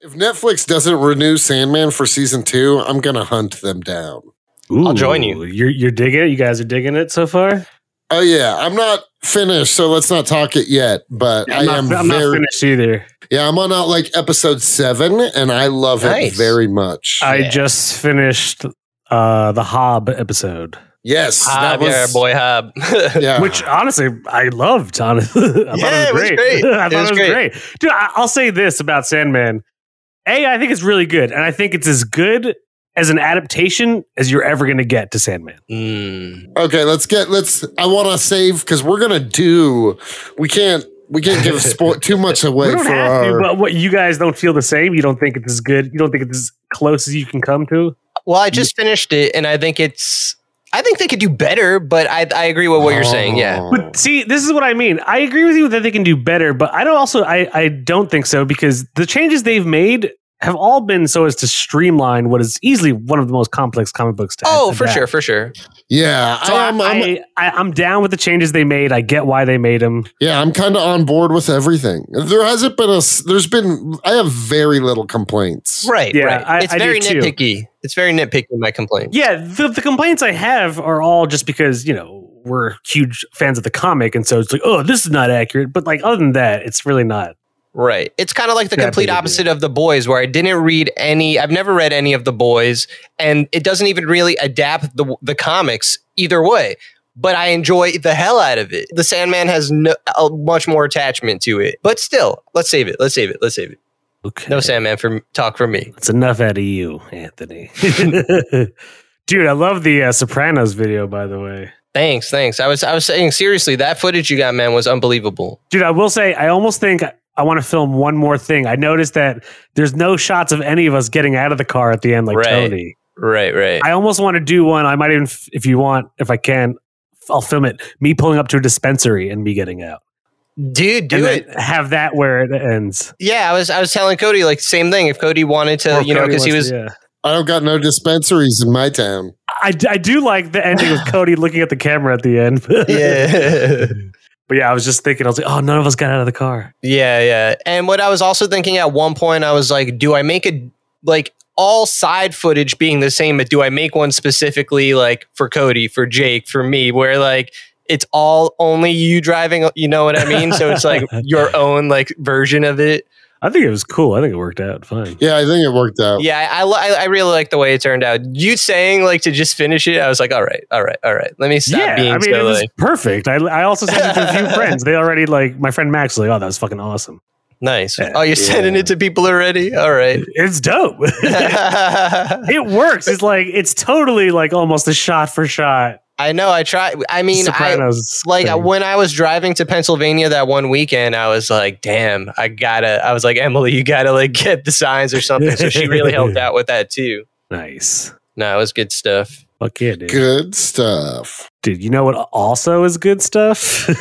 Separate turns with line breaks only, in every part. If Netflix doesn't renew Sandman for season two, I'm gonna hunt them down.
Ooh, I'll join you.
You're you're digging it. You guys are digging it so far.
Oh yeah, I'm not finished, so let's not talk it yet. But
I'm
I
not,
am
I'm not
very
finished either.
yeah. I'm on uh, like episode seven, and I love
Nice.
it very much.
I
Yeah.
just finished uh the Hob episode,
yes,
Hob, yeah, boy, Hob.
Yeah,
ah, which honestly I loved. Honestly, I
Yeah,
thought it was great. I
It
thought it
was
was great. Dude, I, I'll say this about Sandman: A, I think it's really good, and I think it's as good as an adaptation as you're ever going to get to Sandman. Hmm.
Mm.
Okay, let's get let's. I want to save because we're gonna do. We can't we can't give sport too much away
we don't
for
have to,
our.
but what you guys don't feel the same. You don't think it's as good. You don't think it's as close as you can come to.
Well, I just finished it, and I think it's. I think they could do better, but I, I agree with what you're saying. Yeah,
Oh.
But see, this is what I mean. I agree with you that they can do better, but I don't also I, I don't think so because the changes they've made have all been so as to streamline what is easily one of the most complex comic books to
Oh,
to
for
adapt.
sure, for sure.
yeah,
So
I am,
I,
I'm,
I, I, I'm down with the changes they made. I get why they made them.
yeah, I'm kind of on board with everything. There hasn't been a. s- There's been. I have very little complaints.
Right.
Yeah,
right.
I-
it's
I do
very
too.
nitpicky. It's very nitpicky. My complaint.
Yeah, the, the complaints I have are all just because, you know, we're huge fans of the comic. And so it's like, oh, this is not accurate. But like, other than that, it's really not.
Right. It's kind of like the
Yeah, I
complete
believe you.
opposite of the boys, where I didn't read any. I've never read any of the boys, and it doesn't even really adapt the the comics either way. But I enjoy the hell out of it. The Sandman has no a much more attachment to it. But still, let's save it. Let's save it. Let's save it.
Okay.
No Sandman for talk for me.
It's enough out of you, Anthony. Dude, I love the uh, Sopranos video, by the way.
Thanks, thanks. I was I was saying seriously, that footage you got, man, was unbelievable.
Dude, I will say, I almost think I want to film one more thing. I noticed that there's no shots of any of us getting out of the car at the end, like
Right.
Tony.
Right, right.
I almost want to do one. I might even, f- if you want, if I can, f- I'll film it. Me pulling up to a dispensary and me getting out.
Dude, do
and
it.
Then have that where it ends.
Yeah, I was I was telling Cody like same thing. If Cody wanted to,
Or
you know,
Cody
because he
wants
was
to- yeah.
I don't got no dispensaries in my town.
I, d- I do like the ending with Cody looking at the camera at the end.
yeah.
But yeah, I was just thinking, I was like, oh, none of us got out of the car.
Yeah, yeah. And what I was also thinking at one point, I was like, do I make a like all side footage being the same, but do I make one specifically like for Cody, for Jake, for me, where like it's all only you driving, you know what I mean? So it's like your own like version of it.
I think it was cool. I think it worked out fine.
Yeah, I think it worked
Oh.
out.
Yeah, I, I, li- I I really like the way it turned out. You saying like to just finish it, I was like, all right, all right, all right. Let me stop
yeah,
being
I mean,
so
it was
like,
perfect. I, I also sent it to a few friends. They already, like, my friend Max was like, oh, that was fucking awesome.
nice.
Yeah.
oh, you're sending it to people already? All right.
It's dope. it works. It's like, it's totally, like, almost a shot for shot.
I know. I try. I mean, I,
Sopranos.
like
thing.
when I was driving to Pennsylvania that one weekend, I was like, "Damn, I gotta." I was like, "Emily, you gotta like get the signs or something." So she really helped out with that too.
Nice.
No, it was good stuff.
Fuck yeah, dude.
Good stuff.
Dude, you know what also is good stuff?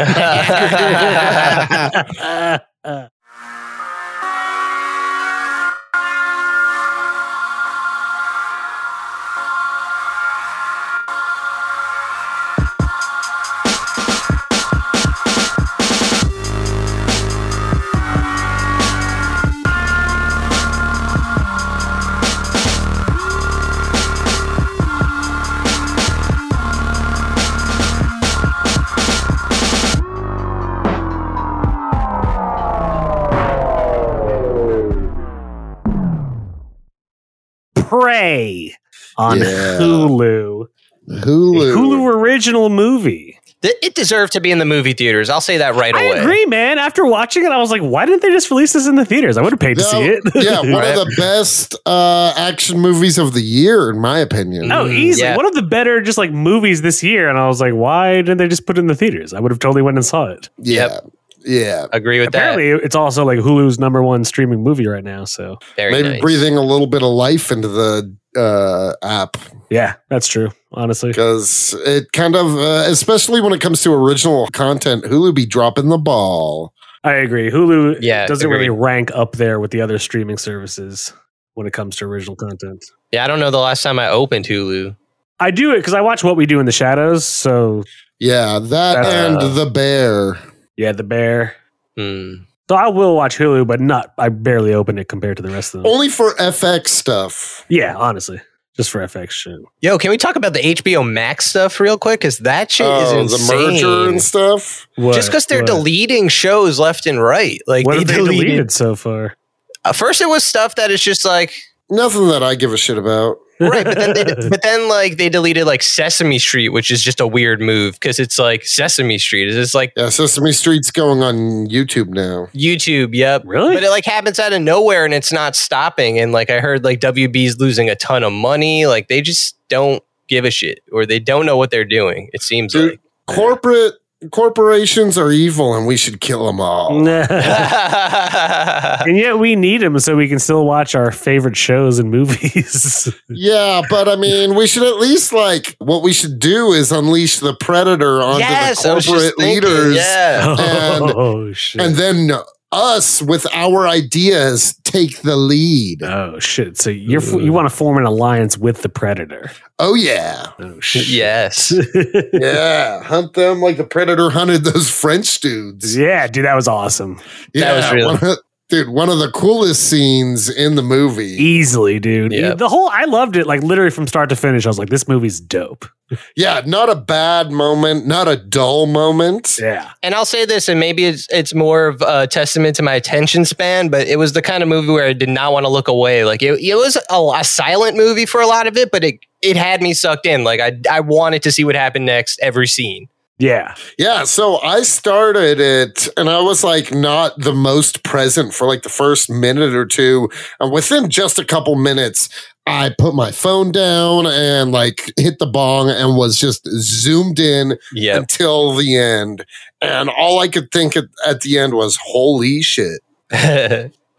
Prey on
Yeah.
Hulu. A
Hulu.
Hulu original movie.
Th- It deserved to be in the movie theaters. I'll say that right
I
away.
agree, man. After watching it, I was like, why didn't they just release this in the theaters? I would have paid to
No,
see it.
yeah, one
Right.
of the best uh, action movies of the year, in my opinion.
Oh,
Mm,
easily.
yeah.
One of the better just like movies this year. And I was like, why didn't they just put it in the theaters? I would have totally went and saw it.
yeah, yeah.
Agree with
Apparently, it's also like Hulu's number one streaming movie right now. So
that. Very
Maybe
nice.
breathing a little bit of life into the uh, app
yeah, that's true. Honestly.
because it kind of, uh, especially when it comes to original content, Hulu be dropping the ball.
I agree. Hulu
Yeah,
doesn't really
agreed.
rank up there with the other streaming services when it comes to original content.
Yeah, I don't know the last time I opened Hulu.
I do it because I watch What We Do in the Shadows. So
Yeah, that
Uh,
and the bear.
yeah, The Bear.
Hmm.
So I will watch Hulu, but not. I barely open it compared to the rest of them.
Only for FX stuff.
Yeah, honestly, just for FX shit.
Yo, can we talk about the HBO Max stuff real quick? Because that shit
Oh,
is
the
insane.
merger and stuff.
What,
Just because they're
what-
deleting shows left and right. Like
What
they,
have they
deleted.
deleted so far?
At first, it was stuff that is just like
Nothing that I give a shit about.
right, but then they, but then like they deleted like Sesame Street, which is just a weird move because it's like Sesame Street is just like
Yeah, Sesame Street's going on YouTube now.
YouTube. Yep.
really?
But it like happens out of nowhere and it's not stopping. And like I heard like WB's losing a ton of money. Like they just don't give a shit or they don't know what they're doing. It seems
Dude.
like.
Corporate corporations are evil, and we should kill them all.
oh.
and yet we need them so we can still watch our favorite shows and movies.
yeah, but I mean, we should at least like what we should do is unleash the predator onto
yes, I
the
was just
corporate
thinking,
leaders,
Yeah.
oh shit!
and then us with our ideas take the lead.
oh shit! So you're f you want to form an alliance with the predator?
Oh yeah,
Oh shit!
Yes.
yeah, hunt them like the predator hunted those French dudes.
yeah, dude, that was awesome.
That was real.
one of- dude, one of the coolest scenes in the
E
movie.
Easily, dude.
Yeah.
The whole I loved it. Like literally from start to finish, I was like, this movie's dope.
Yeah, not a bad moment, not a dull moment.
Yeah.
And I'll say this, and maybe it's it's more of a testament to my attention span, but it was the kind of movie where I did not want to look away. Like it, it was a, a silent movie for a lot of it, but it it had me sucked in. Like I I wanted to see what happened next every scene.
Yeah.
Yeah, so I started it and I was like not the most present for like the first minute or two. And within just a couple minutes, I put my phone down and like hit the bong and was just zoomed in
Yeah.
until the end. And all I could think at, at the end was, holy shit.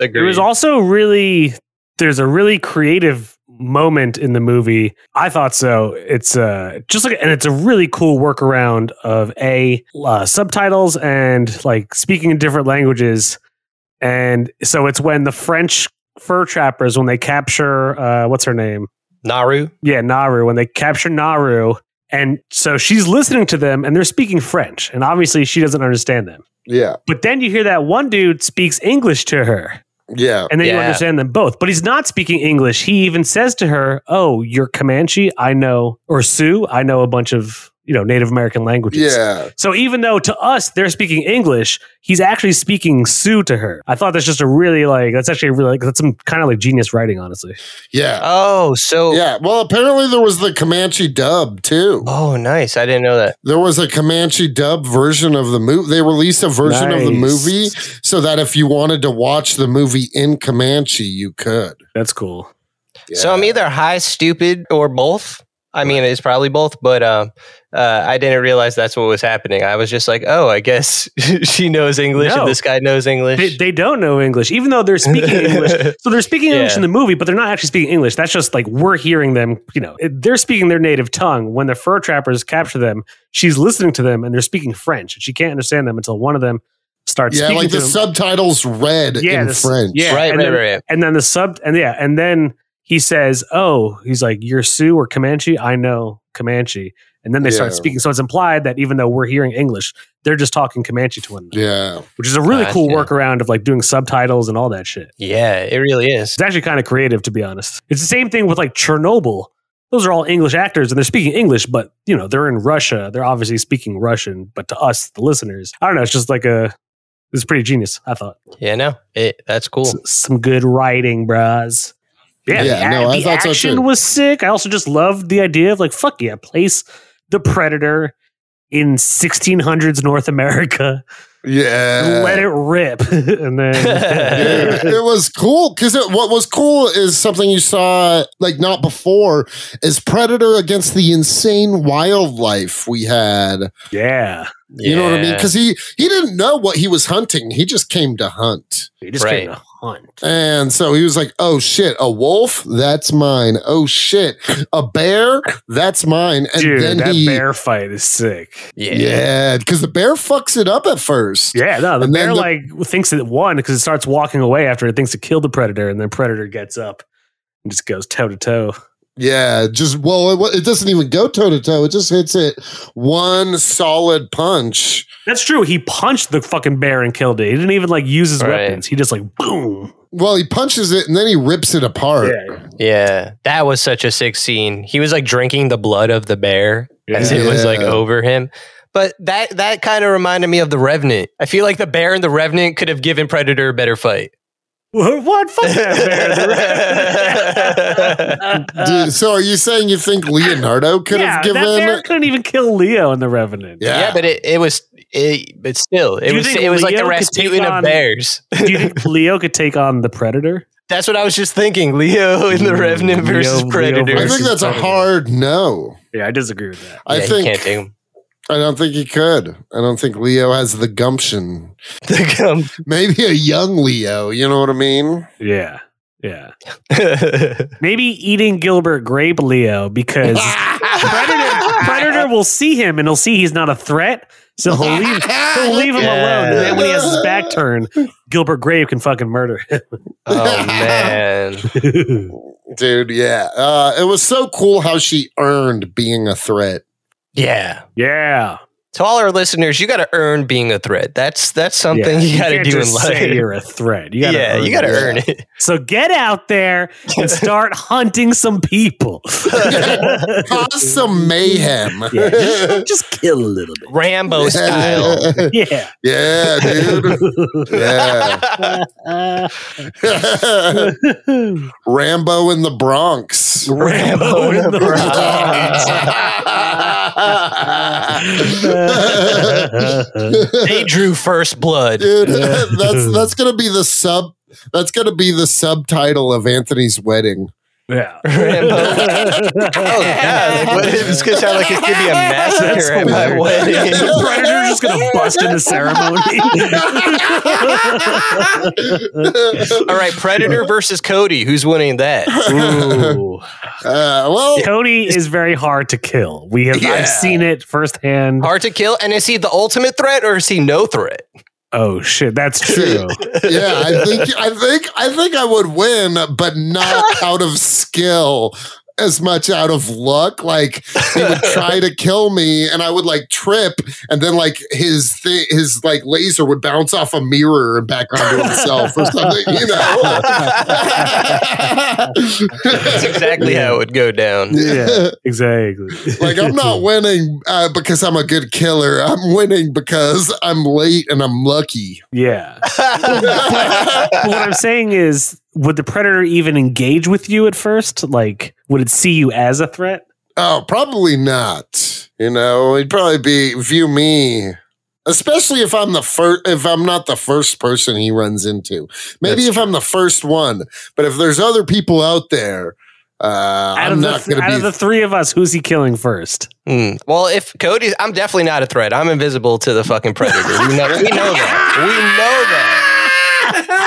Agreed.
There was also really there's a really creative moment in the movie. I thought so. It's uh just like and it's a really cool workaround of a uh, subtitles and like speaking in different languages. And so it's when the French fur trappers when they capture uh what's her name?
Naru.
Yeah, Naru when they capture Naru and so she's listening to them and they're speaking French and obviously she doesn't understand them.
Yeah,
But then you hear that one dude speaks English to her
yeah.
and then you
Yeah.
understand them both. But he's not speaking English. He even says to her, "Oh, you're Comanche. I know, or Sioux. I know a bunch of you know Native American languages."
Yeah.
So even though to us they're speaking English, he's actually speaking Sioux to her. I thought that's just a really like that's actually a really like, that's some kind of like genius writing, honestly.
Yeah.
Oh, so
Yeah. Well, apparently there was the Comanche dub too.
oh nice. I didn't know that.
There was a Comanche dub version of the movie. They released a version of the
Nice.
movie so that if you wanted to watch the movie in Comanche, you could.
That's cool.
So I'm
Yeah.
either high, stupid, or both. I mean, it's probably both, but um, uh, I didn't realize that's what was happening. I was just like, oh, I guess she knows English
No.
and this guy knows
They,
English.
they don't know English, even though they're speaking English. So they're speaking English
Yeah.
in the movie, but they're not actually speaking English. That's just like we're hearing them. You know, It- they're speaking their native tongue. When the fur trappers capture them, she's listening to them, and they're speaking French, and she can't understand them until one of them starts
yeah,
speaking
like
to
the
them.
subtitles read
Yeah,
in
this-
French.
yeah.
right,
and
right,
then-
right.
and then the sub, and yeah, and then he says, "Oh, he's like you're Sioux or Comanche. I know Comanche." And then they start
Yeah.
speaking. So it's implied that even though we're hearing English, they're just talking Comanche to one another,
Yeah.
which is a really
Gotcha.
cool workaround of like doing subtitles and all that shit.
Yeah, it really is.
It's actually kind of creative, to be honest. It's the same thing with like Chernobyl. Those are all English actors and they're speaking English, but you know, they're in Russia. They're obviously speaking Russian, but to us, the listeners, I don't know. It's just like a, it's pretty genius, I thought.
Yeah, no, it, that's cool.
S- some good writing, bros.
Yeah,
Yeah, the,
no, I
the
thought so,
action
too.
was sick. I also just loved the idea of like, fuck yeah, place the Predator in 1600s North America.
Yeah.
Let it rip. and
Dude,
then.
it was cool because what was cool is something you saw like not before is predator against the insane wildlife we had
yeah.
you know what i mean
Yeah.
because he he didn't know what he was hunting he just came to hunt
You just
Right.
came to hunt.
And so he was like, "Oh shit, a wolf? That's mine. Oh shit, a bear? That's mine." And
Dude,
then
that
he,
bear fight is sick.
yeah.
yeah, because the bear fucks it up at first.
Yeah, no, the
And then the-
bear like thinks it won because it starts walking away after it thinks it killed the predator, and then predator gets up and just goes toe to toe.
Yeah, just well, it, wa- it doesn't even go toe to toe. It just hits it one solid punch.
That's true. He punched the fucking bear and killed it. He didn't even like use his
Right.
weapons. He just like boom.
Well, he punches it and then he rips it apart.
Yeah, that was such a sick scene. He was like drinking the blood of the bear as
Yeah.
it was like
Yeah.
over him. But that that kind of reminded me of the Revenant. I feel like the bear and the Revenant could have given Predator a better fight.
what? Fuck that bear.
Dude, so, are you saying you think Leonardo could
Uh, yeah,
have given?
that bear couldn't even kill Leo in the Revenant.
Yeah.
Yeah, but it, it was it but still it
Do you
was
think
it was like the
Leo could take
Rasputin
on-
of bears.
Do you think Leo could take on the Predator?
That's what I was just thinking. Leo in the
Mm,
Revenant
Leo-
versus
Leo
Predator.
I
versus-
think that's a
Predator.
hard no.
Yeah, I disagree with that.
I
Yeah, he can't
think
take him.
I don't think he could. I don't think Leo has the gumption.
The gum.
Maybe a young Leo, you know what I mean?
Yeah. Yeah. Maybe eating Gilbert Grape Leo because Predator, Predator will see him and he'll see he's not a threat. So he'll leave, he'll leave him alone. And then when he has his back turned, Gilbert Grape can fucking murder
oh man.
him.
Dude, yeah. Uh, it was so cool how she earned being a threat.
Yeah.
yeah.
to all our listeners, you got to earn being a threat. That's that's something
Yeah.
you got to
can't
do in
just say
life.
you're a threat. You gotta
yeah,
earn
you got to
it.
it.
earn it.
So get out there and start hunting some people.
Cause some mayhem.
Yeah, just, just kill a little bit.
Rambo style.
Yeah.
yeah, dude. Yeah. Rambo in the Bronx.
Rambo in the they drew first blood.
dude.
Yeah.
that's that's gonna be the sub. That's gonna be the subtitle of Anthony's wedding.
yeah.
Rambo. Oh god, what- it's gonna sound like it's gonna be a
That's
massacre at my
hilarious.
wedding.
the predator's just gonna bust in the ceremony.
All right, Predator versus Cody. Who's winning that?
Ooh.
Uh, well,
Cody is very hard to kill. We have
Yeah.
I've seen it firsthand.
Hard to kill. And is he the ultimate threat or is he no threat?
Oh shit, that's true.
yeah, I think I think I think I would win, but not out of skill. As much out of luck, like he would try to kill me, and I would like trip, and then like his thi- his like laser would bounce off a mirror and back onto himself or something, you know.
That's exactly how it would go down.
yeah, exactly.
Like I'm not winning uh, because I'm a good killer. I'm winning because I'm late and I'm lucky.
yeah. But what I'm saying is, would the predator even engage with you at first? Like, would it see you as a threat?
oh, probably not. You know, he'd probably be view me, especially if I'm the first. If I'm not the first person he runs into, maybe
That's
if I'm the first one. But if there's other people out there, uh,
Out
I'm
of the
not
th-
going
out
to
of
be.
the three of us, who's he killing first?
Hmm. Well, if Cody, I'm definitely not a threat. I'm invisible to the fucking predator. We know, we know that. We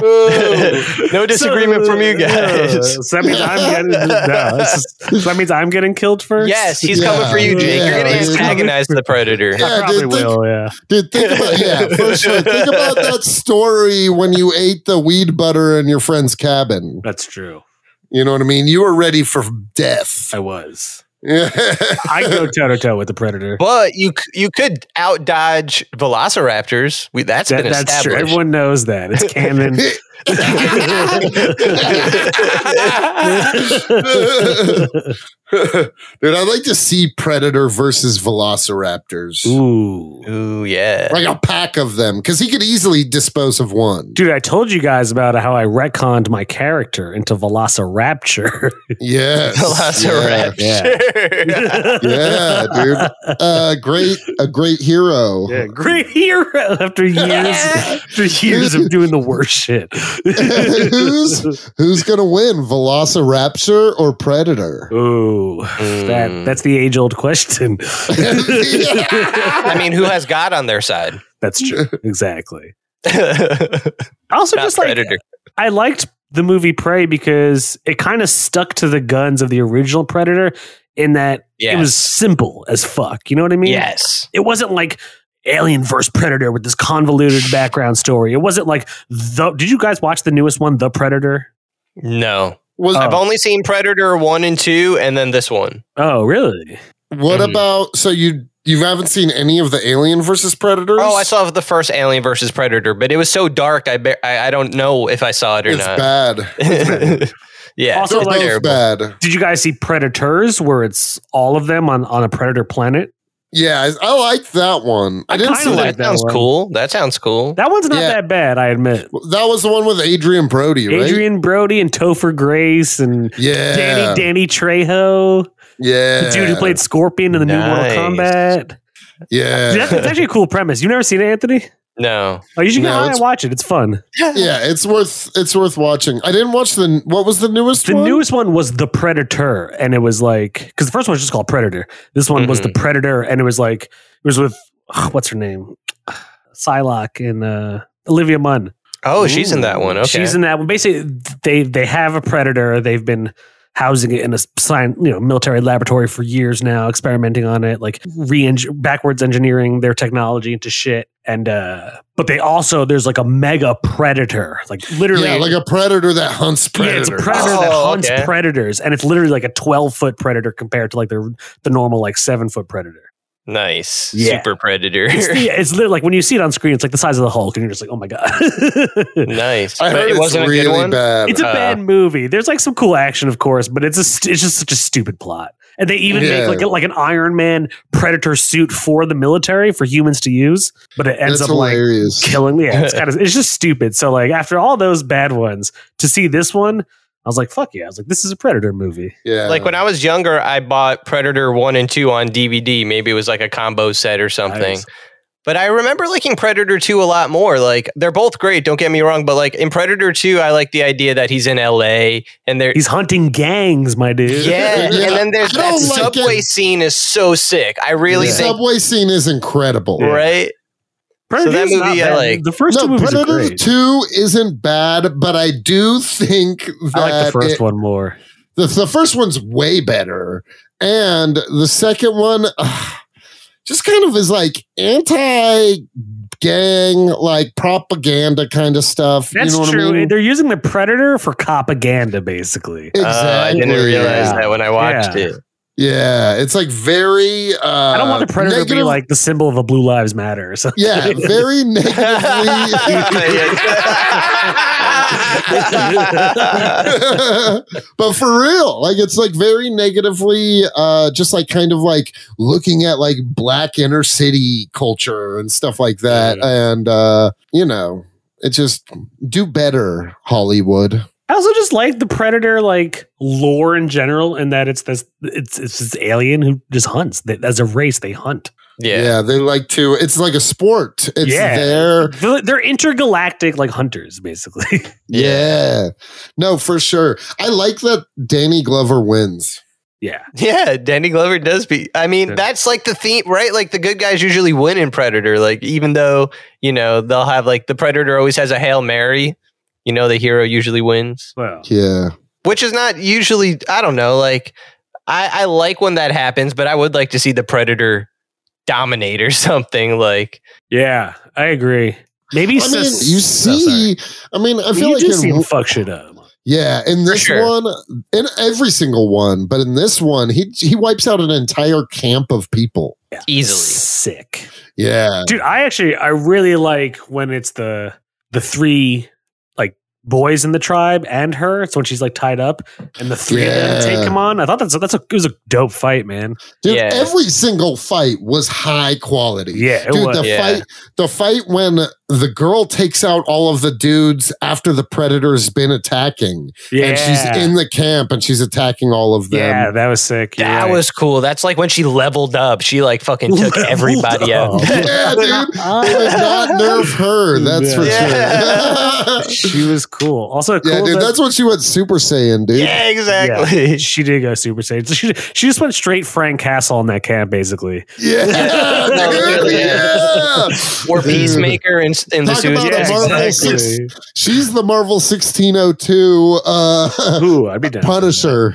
know that. no disagreement from you guys.
So that means I'm getting no, it's just- so that means I'm getting killed first.
Yes, he's
Yeah.
coming for you, Jake. You're
Yeah,
gonna
he's coming
antagonize the predator.
Yeah,
I probably
dude, think-
will. Yeah,
Dude, think about yeah, for sure. Think about that story when you ate the weed butter in your friend's cabin.
that's true.
You know what I mean? You were ready for death.
I was.
Yeah.
I go toe to toe with the predator.
But you c- you could out dodge velociraptors. We, that's
That-
been
that's true.
established.
Everyone knows that. It's canon.
Dude, I'd like to see Predator versus Velociraptors.
Ooh.
Ooh yeah.
Like a pack of them, because he could easily dispose of one.
Dude, I told you guys about how I retconned my character into Velociraptor.
Yes.
Velociraptor.
Yeah, yeah dude. Uh, great, a great hero.
Yeah, great hero after years after years of doing the worst shit.
Who's- Who's gonna win, Velociraptor or Predator?
Ooh,
Hmm.
that, that's the age old question.
I mean, who has God on their side?
That's true. Exactly.
Not
Also, just like
predator.
I liked the movie Prey because it kind of stuck to the guns of the original Predator in that
Yeah.
it was simple as fuck. You know what I mean?
yes.
It wasn't like Alien vs Predator with this convoluted background story. It wasn't like the. Did you guys watch the newest one, The Predator?
No.
Was
Oh.
I've only seen Predator one and two, and then this one.
Oh, really?
what
Mm.
Mhm.
about so you you haven't seen any of the Alien versus Predators?
Oh, I saw the first Alien versus Predator, but it was so dark. I ba- I, I don't know if I saw it or
It's
not.
bad.
yeah,
Also,
They're
it's
like-
both
terrible.
bad.
Did you guys see Predators, where it's all of them on, on a predator planet?
Yeah, I, I liked that one. I,
I
didn't
kinda
see
That,
that.
like that
sounds
one.
cool. That sounds cool.
That one's not
Yeah.
that bad, I admit.
That was the one with Adrian Brody, right?
Adrian Brody and Topher Grace and
yeah,
Danny Danny Trejo,
yeah,
the dude who played Scorpion in the
Nice.
new Mortal Kombat.
yeah,
Dude, that's, that's actually a cool premise. You've never seen it, Anthony?
No.
Oh, you should
No,
go high and
it's-
watch it. It's fun.
yeah. It's worth it's worth watching. I didn't watch the what was the newest
The
one?
newest one was The Predator, and it was like because the first one was just called Predator. This one was The Predator, and it was like it was with ugh, what's her name, Psylocke and uh, Olivia Munn.
Oh, she's in that
Ooh.
one. Okay.
She's in that one. Basically, they they have a predator. They've been housing it in a science, you know, military laboratory for years now, experimenting on it, like re backwards engineering their technology into shit. And uh but they also there's like a mega predator, like literally.
yeah, like a predator that hunts
Yeah,
predators.
it's a predator that
Oh,
hunts
okay.
predators, and it's literally like a twelve foot predator compared to like the the normal like seven foot predator.
nice.
Yeah.
Super Predator.
It's, yeah, it's literally like when you see it on screen, it's like the size of the Hulk, and you're just like, oh my god.
nice.
I
But
heard
Oh, it
it's
wasn't
really
a good one.
bad.
It's a
Uh,
bad movie. There's like some cool action, of course, but it's a st- it's just such a stupid plot. And they even
Yeah.
make like a, like an Iron Man predator suit for the military for humans to use, but it ends
That's
up like
hilarious.
killing. Yeah, it's kind of it's just stupid. So like after all those bad ones, to see this one, I was like, fuck yeah! I was like, this is a predator movie.
yeah,
Like when I was younger, I bought Predator 1 and 2 on DVD. Maybe it was like a combo set or something.
Nice.
But I remember liking Predator 2 a lot more. Like they're both great, don't get me wrong, but like in Predator 2, I like the idea that he's in LA and there
He's hunting gangs, my dude.
yeah,
Yeah.
and then there's
I don't
that
like
subway
it.
scene is so sick. I really
the
think
subway scene is incredible.
right?
Predator's
that
not
movie I
bad.
like.
The first two
No,
movies are
Predator
great.
Two isn't bad, but I do think that
I like the first
it-
one more.
The, the first one's way better, and the second one ugh, just kind of is like anti-gang, like propaganda kind of stuff.
That's
you know
true.
What I mean?
They're using the predator for propaganda, basically.
Uh, I didn't
Exactly.
realize that when I watched
Yeah.
it.
Yeah, it's like very. Uh,
I don't want the predator to be
negative-
like the symbol of a Blue Lives Matter or something.
Yeah, very negatively. but for real, like it's like very negatively, uh, just like kind of like looking at like black inner city culture and stuff like that.
Mm-hmm.
And, uh, you know, it just do better, Hollywood.
I also just like the predator like lore in general, and that it's this it's it's this alien who just hunts. That as a race, they hunt.
Yeah.
yeah.
they like to, it's like a sport. It's
Yeah.
there.
They're they're intergalactic like hunters, basically.
Yeah. No, for sure. I like that Danny Glover wins.
yeah,
Yeah, Danny Glover does be. I mean,
Yeah.
that's like the theme, right? Like the good guys usually win in Predator. Like even though you know they'll have like the Predator always has a hail mary. You know, the hero usually wins,
well,
Yeah.
which is not usually. I don't know. Like I, I like when that happens, but I would like to see the Predator dominate or something. Like
yeah, I agree. Maybe
I
it's
mean,
just-
you
oh,
see,
sorry.
I mean, I
I
feel
you
like
just see
in,
him fuck shit up.
yeah, in this
sure.
one, in every single one, but in this one, he he wipes out an entire camp of people.
easily.
Sick.
Yeah,
dude i actually i really like when it's the the three like boys in the tribe and her it's when she's like tied up and the three of them
Yeah.
take him on i thought that's that's a it was a dope fight man
dude,
Yeah.
every single fight was high quality.
yeah it
Dude,
was
the
Yeah.
fight the fight when the girl takes out all of the dudes after the predator's been attacking.
yeah
And she's in the camp and she's attacking all of them.
yeah that was sick You're
That
right.
was cool. That's like when she leveled up. She like fucking took
Leveled
everybody
up.
out.
Yeah, dude. They did not nerf her, that's for
Yeah.
sure.
she was cool also cool
Yeah, dude,
that
that's what she went Super Saiyan, dude.
yeah, exactly.
she did go super saiyan So she, she just went straight frank castle in that camp basically
Yeah,
No,
dude,
really,
yeah.
yeah. Or
Dude.
Peacemaker in, in the
Talk
Suicide
about a Marvel
Squad.
six- She's the Marvel 1602 uh,
Ooh, I'd be down. for that.
Punisher.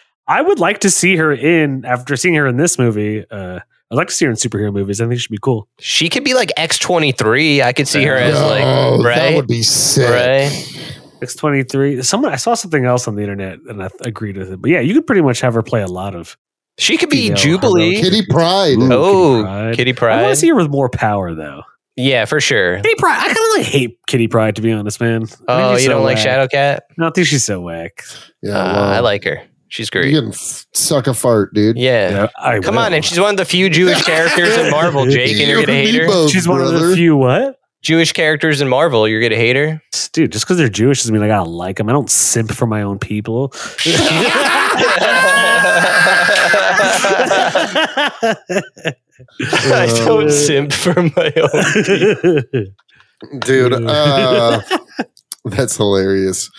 I would like to see her in after seeing her in this movie. Uh, I'd like to see her in superhero movies. I think she'd be cool.
She could be like X twenty three. I could see her as
Yo,
like
Oh, that
right,
would be sick.
right.
Six twenty three. Someone I saw something else on the internet and I th- agreed with it. But yeah, you could pretty much have her play a lot of
She could be
Female
Jubilee.
heroic.
Kitty Pride.
Ooh,
oh,
Kitty Pryde. I
Kitty
want
Pride.
to see her with more power though.
yeah, for sure.
Kitty Pride. I kind of like hate Kitty Pride to be honest, man. I think
Oh,
she's
you
so
don't like
whack.
Shadowcat?
I don't think she's so whack.
Yeah,
Uh,
well,
I like her. She's great.
You can f- suck a fart, dude.
Yeah.
Yeah, I
Come
will.
on, and she's one of the few Jewish characters in Marvel, Jake, and you're
You
gonna
and
hate
me
her.
both,
she's one of
brother.
the few what?
Jewish characters in Marvel, you're gonna hate her.
Dude, just because they're Jewish doesn't mean I gotta like them. I don't simp for my own people.
I
Uh,
don't simp for my own.
dude.
Yeah.
Uh, that's hilarious.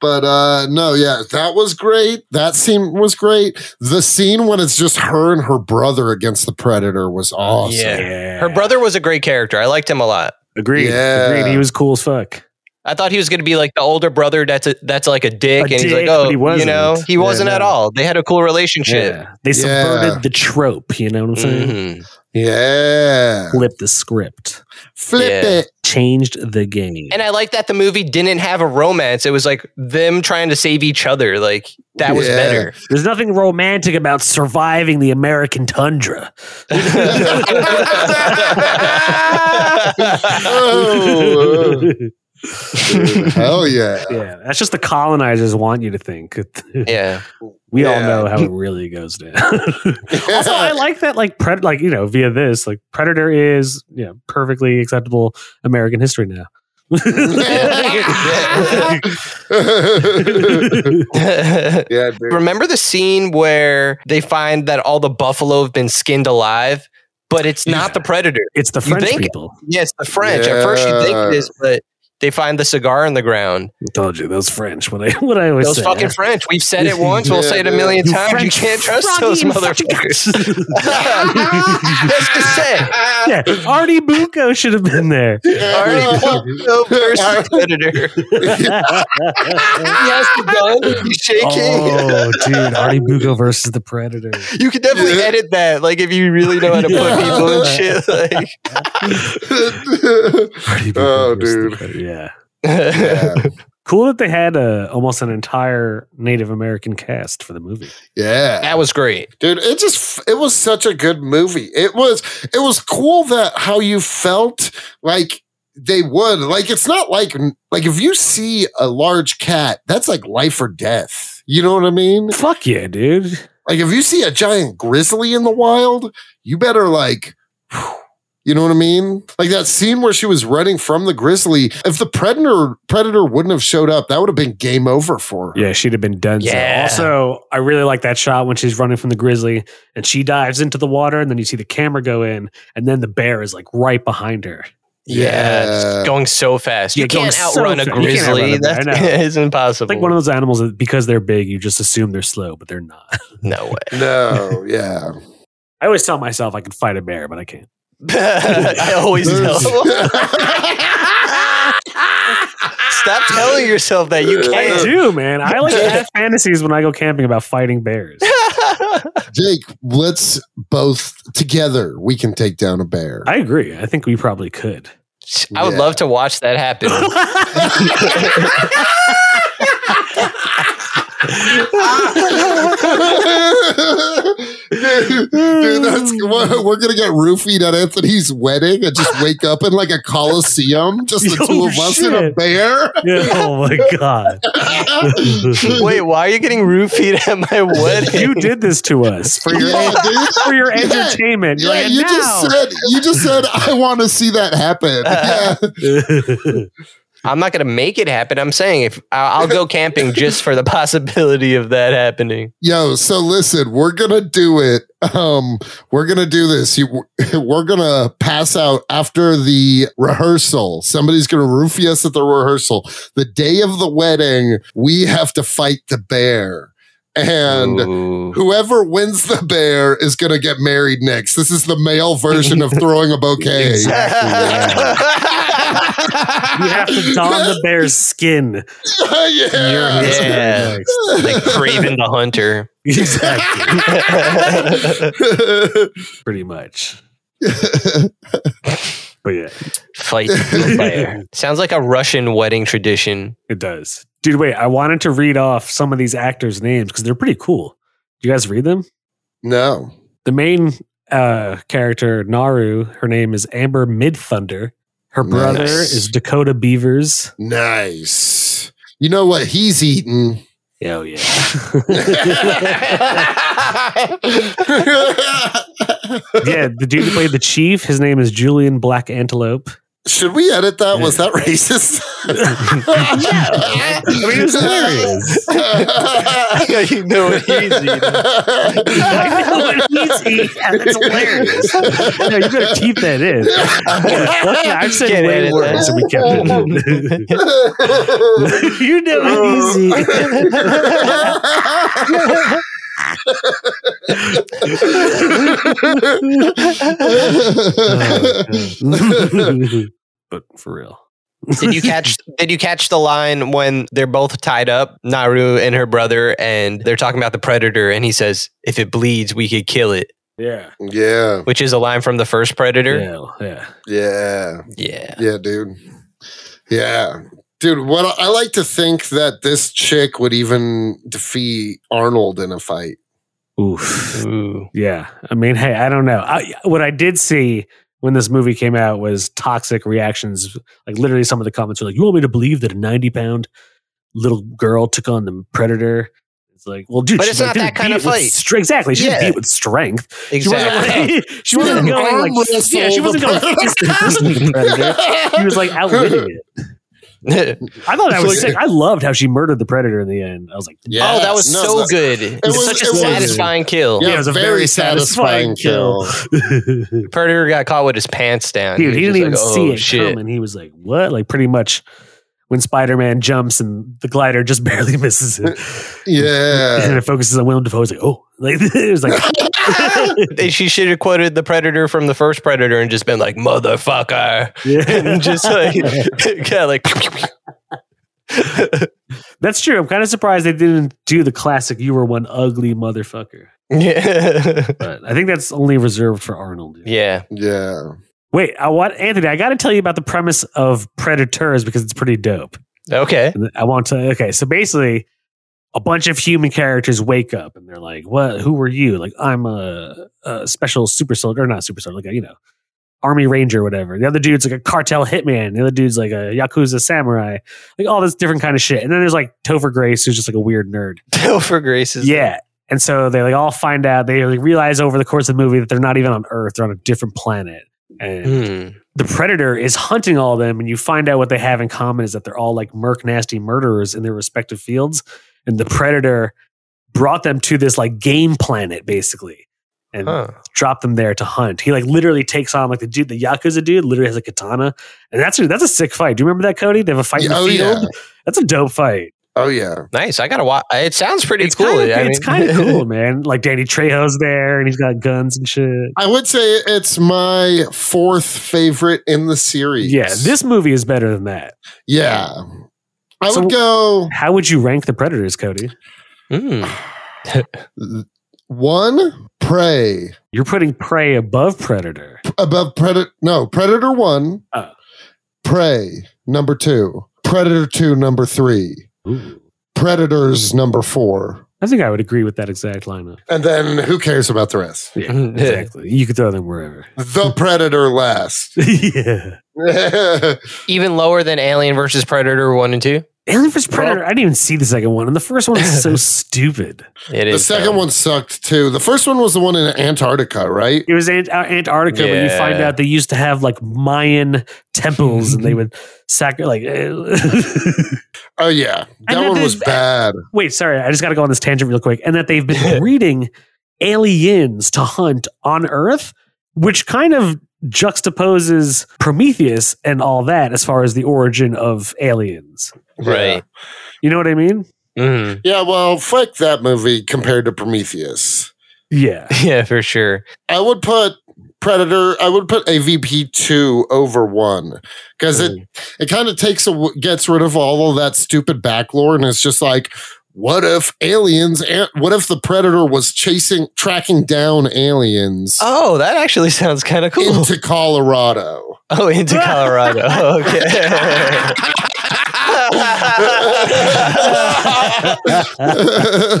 But uh, no, yeah, that was great. That scene was great. The scene when it's just her and her brother against the predator was awesome.
Yeah.
Yeah.
Her brother was a great character. I liked him a lot.
Agreed.
Yeah.
Agreed. He was cool as fuck.
I thought he was going to be like the older brother that's a, that's like a dick,
A
and he's
dick,
like,
but
oh,
he
you
wasn't.
know, he
Yeah,
wasn't at
no.
all. They had a cool relationship.
Yeah. They subverted
Yeah.
the trope. You know what I'm saying?
Mhm.
Yeah.
Flipped the script,
Flip
Yeah.
it.
changed the game.
And I like that the movie didn't have a romance. It was like them trying to save each other. Like that was
Yeah.
better.
There's nothing romantic about surviving the American tundra.
Oh, dude, hell yeah.
yeah, that's just the colonizers want you to think.
yeah.
we all
Yeah.
know how it really goes down. also, I like that, like, pred- like you know, via this, like, Predator is you know perfectly acceptable American history now.
yeah, dude.
Remember the scene where they find that all the buffalo have been skinned alive, but it's not
Yeah.
the predator.
it's the
You
French
think-
people.
Yes, the French. At first, you think it is, but they find the cigar in the ground.
I told you those French. What I what I always
Those
say.
fucking French. We've said it once. We'll
Yeah,
say it a
yeah.
million
You
times.
French
you can't trust
froggy
those
and fucking
motherfuckers.
guts.
That's to say,
yeah, Artie Bucco should have been there.
Artie Bucco versus Predator. He has the gun. He's shaking.
oh, dude, Artie Bucco versus the Predator.
You could definitely
Yeah.
edit that. Like if you really know how to put
Yeah.
people and shit. Like,
Artie Bucco
Oh,
versus the
dude.
Predator, Yeah.
yeah.
Cool that they had a, almost an entire Native American cast for the movie.
yeah.
that was great.
dude it just it was such a good movie it was it was cool that how you felt like they would like it's not like like if you see a large cat that's like life or death you know what i mean
Fuck yeah, dude.
like if you see a giant grizzly in the wild you better like you know what I mean? Like that scene where she was running from the grizzly. If the predator predator wouldn't have showed up, that would have been game over for her.
Yeah, she'd have been done.
Yeah.
Also, I really like that shot when she's running from the grizzly and she dives into the water, and then you see the camera go in, and then the bear is like right behind her.
Yeah.
Yeah.
Going so fast. You
Yeah, going
can't
so
outrun a
fast. You can't outrun
grizzly.
a bear,
That's
I know.
it's impossible.
It's like one of those animals that because they're big, you just assume they're slow, but they're not.
no way.
No, yeah.
I always tell myself I could fight a bear, but I can't.
I always know. Stop telling yourself that you
I
can't.
do, man. I like have fantasies when I go camping about fighting bears.
Jake, let's both together we can take down a bear.
I agree. I think we probably could.
I would
Yeah.
love to watch that happen.
dude, dude, that's we're gonna get roofied at Anthony's wedding and just wake up in like a coliseum, just the
Yo,
two of us and a
Oh, shit.
bear.
Yeah, oh my god!
Wait, why are you getting roofied at my wedding?
You did this to us for your
yeah, dude.
for your
Yeah.
entertainment. You're
Yeah,
like,
you
now.
just said you just said I want to see that happen. Yeah.
I'm not gonna make it happen. I'm saying if I'll, I'll go camping just for the possibility of that happening.
Yo, so listen, we're gonna do it. Um, we're gonna do this. You, we're gonna pass out after the rehearsal. Somebody's gonna roofie us at the rehearsal. The day of the wedding, we have to fight the bear, and
Ooh.
whoever wins the bear is gonna get married next. This is the male version of throwing a bouquet.
Exactly, you have to don the bear's skin.
yeah,
You're his
Yeah.
next.
like Craven the Hunter.
Exactly, pretty much. But yeah,
Fight the fire. Sounds like a Russian wedding tradition.
it does. Dude, wait, I wanted to read off some of these actors' names because they're pretty cool. Do you guys read them?
no.
The main uh, character, Naru, her name is Amber Midthunder. Her brother
Nice.
is Dakota Beavers.
Nice. You know what he's eating?
Oh, yeah. yeah, the dude who played the chief, his name is Julian Black Antelope.
Should we edit that? Was that racist?
I mean, it was hilarious.
yeah, you know it
I know what he's eating. Yeah, that's hilarious. No, you better keep that in. Yeah, I've said
Can't
way
edit
that.
worse, and we kept it. in. you know what he's eating. but for real.
Did you catch did you catch the line when they're both tied up, Naru and her brother, and they're talking about the predator and he says, If it bleeds, we could kill it,
Yeah.
Oh.
yeah,
which is a line from the first predator.
Yeah. Yeah.
yeah,
Yeah.
yeah, dude. Yeah, dude. What I like to think that this chick would even defeat Arnold in a fight.
Oof.
Ooh.
Yeah. I mean, hey, I don't know. I, what I did see when this movie came out was toxic reactions. Like, literally, some of the comments were like, You want me to believe that a 90 pound little girl took on the predator? It's like, well, dude,
But
she
it's
like,
not
didn't
that kind
beat
of
it with
fight.
str- exactly. She didn't
Yeah.
beat with strength.
Exactly.
She wasn't, like, she wasn't going like,
Arm wrestle
yeah, she wasn't going
the
fist to fist with the predator. She was like outwitting it. I thought that was sick. I loved how she murdered the predator in the end. I was like,
Yeah,
oh, that was
no,
so
that-
good.
was-
such
it
a
was-
satisfying kill.
Yeah,
Yeah, it was a very satisfying kill. dude,
The Predator got caught with his pants down.
he didn't even
was just like,
see
"Oh,
it come, and he was like, "What?" Like pretty much when Spider-Man jumps and the glider just barely misses it,
Uh.
and
Yeah.
then it focuses on Willem Dafoe. It's like, "Oh!" Like it was like,
They- She should have quoted the Predator from the first Predator and just been like, motherfucker.
yeah.
And just like, yeah, like,
that's true. I'm kind of surprised they didn't do the classic "You were one ugly motherfucker,"
yeah.
but I think that's only reserved for Arnold.
Yeah.
Yeah.
Wait, I want Anthony. I got to tell you about the premise of Predators because it's pretty dope.
Okay.
And I want to. Okay, so basically, a bunch of human characters wake up and they're like, "What? Who were you? Like, I'm a, a special super soldier, or not super soldier, like a, you know, army ranger, or whatever." The other dude's like a cartel hitman. The other dude's like a yakuza samurai. Like all this different kind of shit. And then there's like Topher Grace, who's just like a weird nerd.
Topher Grace is.
Yeah. And so they like all find out. They like, realize over the course of the movie that they're not even on Earth; they're on a different planet. And
Hmm.
the predator is hunting all of them and you find out what they have in common is that they're all like merc nasty murderers in their respective fields and the predator brought them to this like game planet basically and
Huh.
dropped them there to hunt he like literally takes on like the dude the yakuza dude literally has a katana and that's a, that's a sick fight do you remember that cody they have a fight in the
Oh, yeah.
field that's a dope fight
Oh, yeah.
Nice. I got to watch. It sounds pretty
it's
cool.
kind of,
I
it's
mean-
kind of cool man like danny trejo's there and he's got guns and shit
I would say it's my fourth favorite in the series.
yeah this movie is better than that
Yeah. I
So-
would go
how would you rank the predators cody
Hmm.
one, Prey,
You're putting prey above predator.
above Predator. No, Predator one,
Oh.
Prey, number two, Predator two, number three, Predators, number four.
I think I would agree with that exact lineup.
And then who cares about the rest?
Yeah,
Hmm.
exactly. You could throw them wherever.
The Predator last.
yeah.
Even lower than Alien versus Predator 1 and 2?
Alien vs Predator. I didn't even see the second one, and the first one is so stupid.
It
the
is.
second
um,
one sucked too. The first one was the one in Antarctica, right?
It was Ant- uh, Antarctica when you find
Yeah.
out they used to have like Mayan temples, and they would sack like.
Oh yeah, that
then
one was
there's-
bad.
Wait, sorry, I just got to go on this tangent real quick, and that they've been breeding aliens to hunt on Earth, which kind of juxtaposes Prometheus and all that as far as the origin of aliens.
Right.
You know what I mean?
Mhm.
Yeah. yeah. Well, fuck that movie compared to Prometheus.
Yeah.
Yeah, for sure.
I would put Predator. I would put AVP two over one because it it kind of takes a, gets rid of all of that stupid backlore and it's just like what if aliens? a- What if the predator was chasing, tracking down aliens
Oh, that actually sounds kind of cool.
into Colorado?
oh, into Colorado. okay.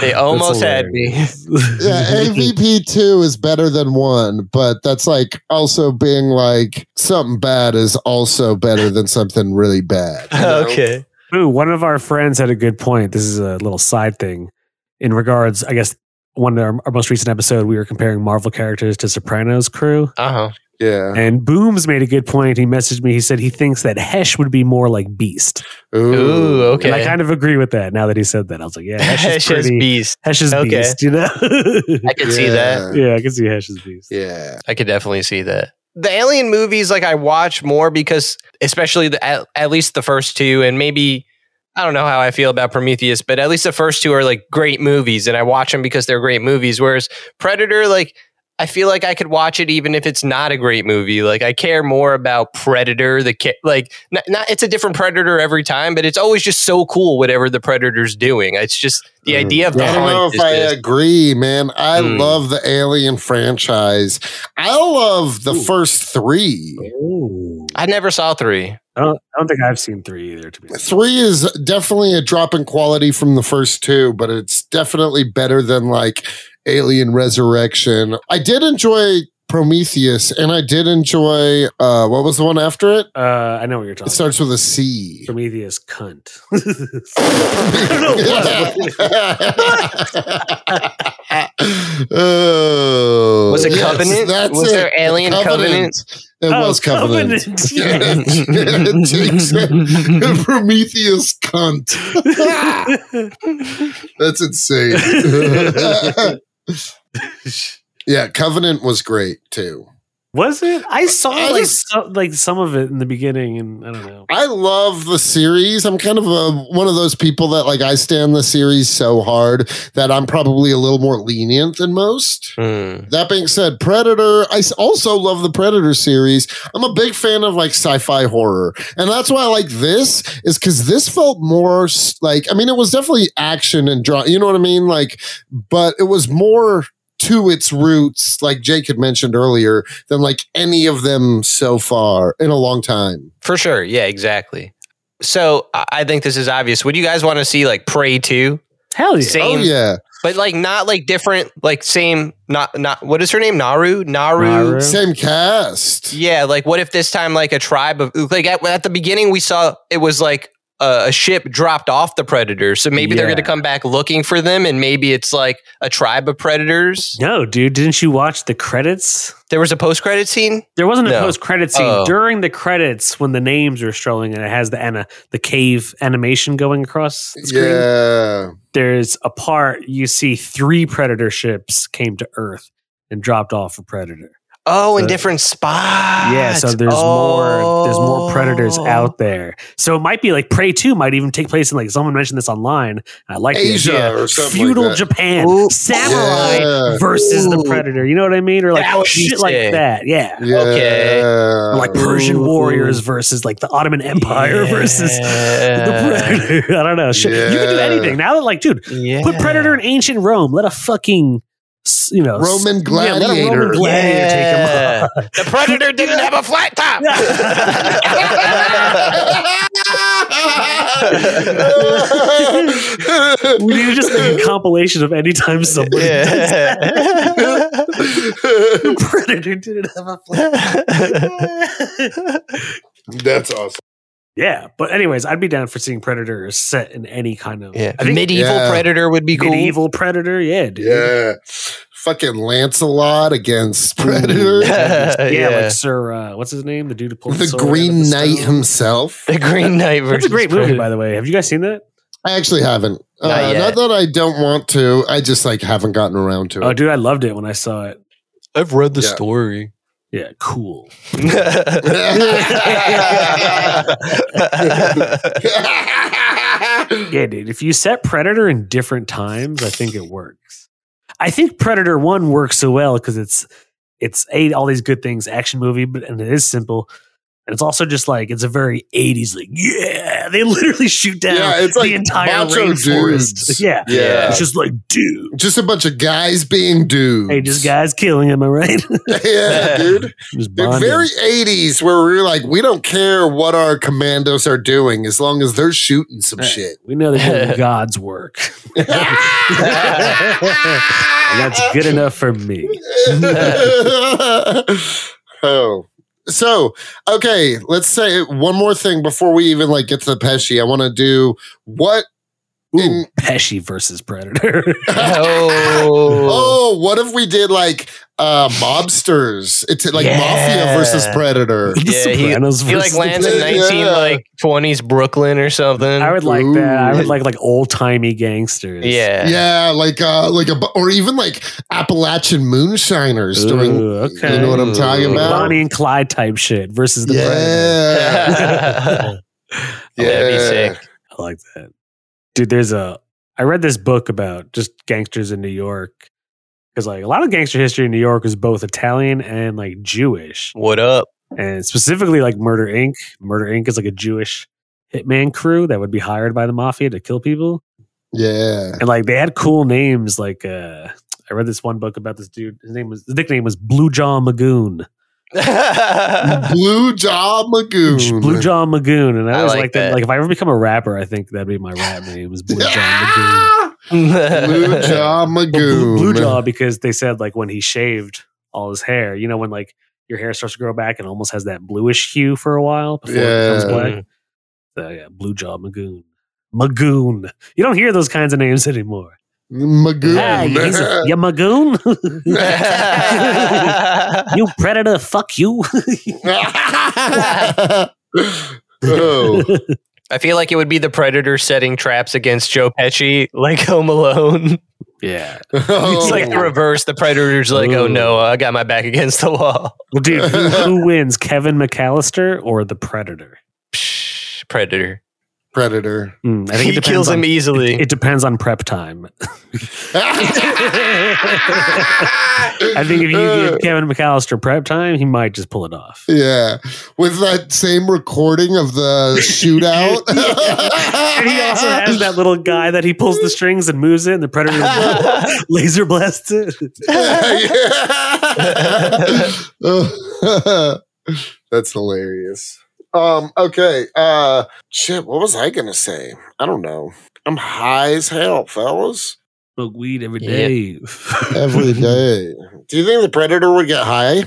they almost had me.
yeah, AVP two is better than one, but that's like also being like something bad is also better than something really bad. you know?
okay.
Ooh, one of our friends had a good point. This is a little side thing in regards, I guess, one of our, our most recent episode, we were comparing Marvel characters to Sopranos crew.
Uh huh.
Yeah.
And Booms made a good point. He messaged me. He said he thinks that Hesh would be more like Beast.
Ooh, okay.
And I kind of agree with that now that he said that. I was like, yeah, Hesh is
That's just
pretty.
beast.
Hesh is
Okay.
Beast, you know?
I could see that.
yeah, I can see Hesh is Beast.
Yeah.
I could definitely see that. The alien movies, like I watch more because, especially the, at, at least the first two, and maybe I don't know how I feel about Prometheus, but at least the first two are like great movies, and I watch them because they're great movies. Whereas Predator, like I feel like I could watch it even if it's not a great movie. Like I care more about Predator, the ca- like not, not it's a different Predator every time, but it's always just so cool whatever the Predator's doing. It's just the
Mhm.
idea of the
Mm. I don't
hunt
know if
is
I uh,
just-
agree, man. I
Hmm.
love the Alien franchise. I love the
Ooh.
first three.
Oh.
I never saw three.
I don't, I don't think I've seen three either, to be honest.
Three is definitely a drop in quality from the first two, but it's definitely better than like Alien Resurrection. I did enjoy Prometheus, and I did enjoy uh, what was the one after it?
Uh, I know what you're
It
talking
starts with a C.
Prometheus cunt. I don't know what.
Oh,
Was it
yes,
Covenant?
that's
was
it.
there Alien Covenant?
It
Oh,
was Covenant.
Covenant,
Yes. Prometheus cunt. That's insane. yeah, Covenant was great too.
Was it? I saw
I
like
just-
so, like some of it in the beginning, and I don't know.
I love the series. I'm kind of a, one of those people that like I stand the series so hard that I'm probably a little more lenient than most.
Hmm.
That being said, Predator, I s- also love the Predator series. I'm a big fan of like sci-fi horror. And that's why I like this is cuz this felt more s- like I mean it was definitely action and draw, you know what I mean? Like but it was more to its roots like Jake had mentioned earlier than like any of them so far in a long time.
For sure. Yeah, exactly. So I I think this is obvious. Would you guys want to see like Prey 2?
Hell yeah!
Oh
Same,
yeah.
but like not like different, like same, not, not, what is her name? Naru? Naru?
Naru.
Same cast.
Yeah, like what if this time like a tribe of, like at, at the beginning we saw it was like a, a ship dropped off the predators. So maybe they're
Yeah.
going to come back looking for them and maybe it's like a tribe of predators.
No, dude, didn't you watch the credits?
There was a post credit scene.
There wasn't a
No.
post credit scene
Oh.
during the credits when the names are strolling, and it has the ana the cave animation going across. The screen.
Yeah.
There's a part you see three predator ships came to Earth and dropped off a predator.
Oh, in
So-
different spots.
Yeah, so there's more there's more predators
Oh.
out there. So it might be like Prey 2 might even take place in like someone mentioned this online. and I like the
Asia
idea.
or something like
feudal
that.
Japan
Ooh.
samurai
Yeah.
versus the
Ooh.
predator. You know what I mean? Or
That would
like
be
shit
sick.
like that. Yeah.
Yeah.
Okay.
Or like Persian warriors versus like the Ottoman Empire versus the
Yeah.
predator. I don't know. Shit. You can do
Yeah.
anything. Now that like dude,
Yeah.
put predator in ancient Rome. Let a fucking s- you know s-
Roman
yeah, let a
gladiator.
Roman gladiator
Yeah.
take him
The predator didn't have a flat top.
We need to just make a compilation of any time somebody does
yeah.
the predator didn't have a flag.
That's awesome.
yeah, but anyways, I'd be down for seeing Predator set in any kind of
yeah.
I think
Medieval
Yeah.
predator would be cool.
medieval Predator. Yeah, dude.
Yeah. Fucking Lancelot against Predator.
yeah,
Yeah.
like Sir, uh, what's his name? The dude who pulled
the
sword out of
Green
the
Knight
stone.
himself.
The Green Knight versus
That's a great movie,
Predator.
by the way. Have you guys seen that?
I actually haven't.
Not
uh,
yet.
not that I don't want to. I just like haven't gotten around to
Oh,
it.
dude, I loved it when I saw it.
I've read the
Yeah.
story.
Yeah, cool. Yeah, dude. If you set Predator in different times, I think it works. I think Predator One works so well because it's it's a all these good things action movie, but and it is simple. And it's also just like it's a very 80s like yeah, they literally shoot down
Yeah, it's like
the entire
macho
rainforest.
dudes.
Yeah.
Yeah.
It's just like dude.
Just a bunch of guys being dudes.
Hey, just guys killing him, am I right?
yeah, dude.
just
They're
bonding.
very 80s where we are like, we don't care what our commandos are doing as long as they're shooting some
Right.
shit.
we know they're doing God's work. And that's good enough for me.
oh. So, okay, let's say one more thing before we even like get to the Pesci. I want to do what
Ooh,
In-
Pesci versus Predator.
oh.
Oh, what if we did like uh mobsters? It's like
Yeah.
mafia versus predator.
The
Yeah, he-
Sopranos
He like
versus
lands in
Yeah.
nineteen like twenties Brooklyn or something.
I would like that. I
Ooh.
would like like old timey gangsters.
yeah.
Yeah, like uh like a bu- or even like Appalachian moonshiners
Ooh,
during
okay.
you know what I'm talking
Ooh.
about?
Bonnie and Clyde type shit versus the Predator.
yeah.
That'd be
Yeah.
sick.
I like that. Dude, there's a I read this book about just gangsters in New York. Because like a lot of gangster history in New York is both Italian and like Jewish.
What up?
And specifically like Murder Inc. Murder Inc. is like a Jewish hitman crew that would be hired by the mafia to kill people.
Yeah.
And like they had cool names like uh I read this one book about this dude. His name was his nickname was Blue Jaw Magoon.
Blue Jaw Magoon.
Blue Jaw Magoon. And I,
I
always
like
like that.
that.
Like if I ever become a rapper, I think that'd be my rap name is Blue Jaw Magoon.
Ah! Blue Jaw
Well,
Magoon.
Blue, Oh, Blue Jaw because they said like when he shaved all his hair, you know, when like your hair starts to grow back and almost has that bluish hue for a while before it
Yeah.
becomes black. So yeah, Blue Jaw Magoon. Magoon. You don't hear those kinds of names anymore.
Magoon.
Hey, he's a, you Magoon? you predator, fuck you.
oh.
I feel like it would be the Predator setting traps against Joe Pesci, like Home Alone.
yeah.
Oh.
It's like the reverse. The Predator's like, oh
Ooh.
no, I got my back against the wall.
Well, dude, who, who wins, Kevin McAllister or the Predator?
Psh, Predator.
Predator.
Hmm, I think it
He
depends
kills
on-
him easily.
It depends on prep time. I
I
think if you
Uh.
give Kevin McAllister prep time, he might just pull it off.
Yeah, with that same recording of the shootout.
And he also has that little guy that he pulls the strings and moves it, and the predator laser blasts it.
Yeah. That's hilarious. Um. Okay. Uh. Shit. What was I gonna say? I don't know. I'm high as hell, fellas.
Smoke weed every
Yeah.
day.
Every day. Do you think the predator would get high?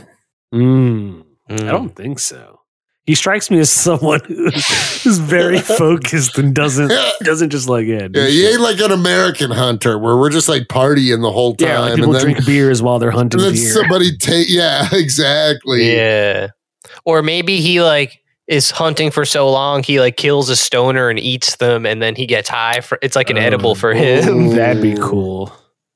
Mm,
Mm.
I don't
Hmm.
think so. He strikes me as someone who is very focused and doesn't doesn't just like yeah. do
Yeah, he
shit.
ain't like an American hunter where we're just like partying the whole time,
yeah, like people
and then,
drink beers while they're hunting
and then
deer.
somebody take. Yeah, exactly.
Yeah. Or maybe he like is hunting for so long he like kills a stoner and eats them and then he gets high for it's like an
Oh.
edible for him.
Ooh, That'd be cool.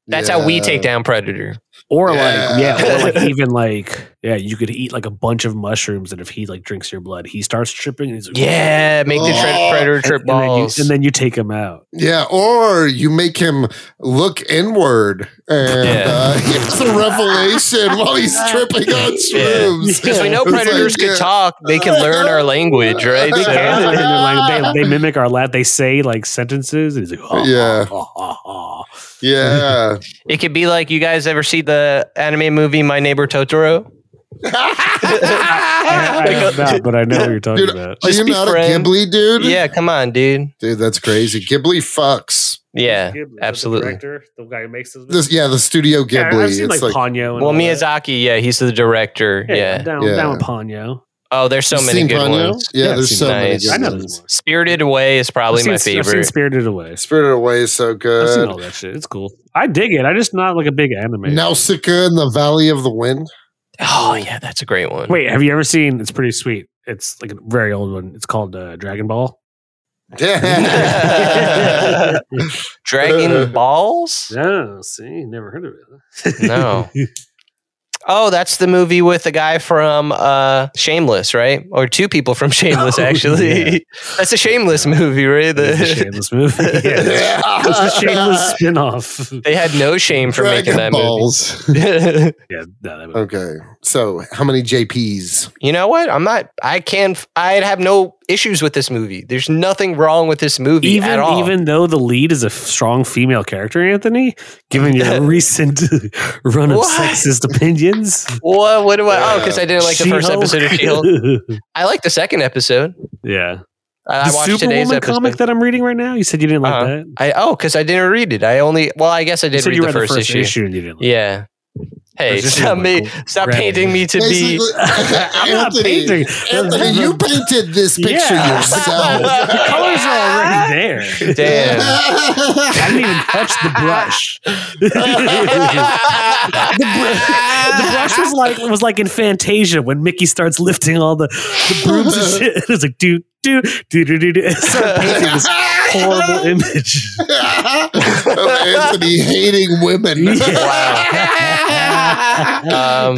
That's how we take down predator.
Or
Yeah.
like yeah, or like even like yeah, you could eat like a bunch of mushrooms, and if he like drinks your blood, he starts tripping. And he's like,
Yeah, make the tre-
Oh.
predator
and,
trip
and then you,
balls.
and then you take him out.
Yeah, or you make him look inward and
Yeah.
uh, he has a revelation while he's tripping on shrooms.
because we know
It's like,
predators can
yeah.
talk, they can learn our language, right?
They,
So-
can, and then, like, they, they mimic our lat. They say like sentences, and he's like, "Ah,
Yeah.
ah, ah, ah, ah."
Yeah.
it could be like you guys ever see the anime movie My Neighbor Totoro?
I, I
Like
have
a-
not, but I know what you're talking
Dude,
about.
Are
Just
you
be
not
friend.
a Ghibli dude?
Yeah, come on, dude.
Dude, that's crazy. Ghibli fucks.
Yeah, absolutely.
the guy who makes
This, yeah, the studio Ghibli.
I've seen like,
it's like,
Ponyo. And
Well,
all that.
Miyazaki, yeah, he's the director.
Yeah,
Yeah.
I'm down,
Yeah.
down with Ponyo.
Oh, there's so
You've
many
seen
good
Ponyo?
ones.
Yeah,
Yeah, I've
there's
seen
so many
Nice.
good
I know
ones.
there's more.
Spirited Away is
I've
probably
seen-
my
I've seen
favorite.
Spirited Away.
Spirited Away is so
I've seen
good.
all that shit. It's cool. I dig it. I just not like a big anime.
Nausicaa and the Valley of the Wind.
Oh yeah, that's a great one.
Wait, have you ever seen? It's pretty sweet. It's like a very old one. It's called uh, Dragon Ball.
Yeah.
Dragon Balls?
Oh, see, never heard of it.
No. Oh, that's the movie with the guy from uh, Shameless, right? Or two people from Shameless,
Oh,
actually.
yeah.
That's a Shameless movie, right?
It's a
The,
shameless movie. Yeah. It's a shameless spin-off.
they had no shame for making that
balls.
movie.
Yeah, no,
Uh,
that movie-
Okay. So how many JPs?
you know what? I'm not. I can. I'd have no issues with this movie. There's nothing wrong with this movie at
even
all.
even though the lead is a f- strong female character, Anthony, given your recent run of
What?
sexist opinions,
what? What do I? Oh,
Yeah.
because I didn't like the first
She-Hulk.
episode of Shield. I like the second episode.
yeah,
I, I
the
watched today's
Superwoman
episode.
comic that I'm reading right now. You said you didnn't like
Uh-huh.
that.
I oh, because I didn't read it. I only. Well, I guess I
you
did
said
read,
you
the, first issue.
and you didn't. Like
Yeah. Hey,
First issue
stop
was
me!
like
Stop
red.
painting me to be.
Basically,
it. I'm not
Anthony,
painting.
Anthony, you painted this picture
Yeah.
yourself.
the colors are already there.
Damn.
I didn't even touch the brush. the, br- the brush was like was like in Fantasia when Mickey starts lifting all the, the brooms and shit. It's like do do do do do do. It started painting this horrible image.
of Oh, Anthony hating women.
Um,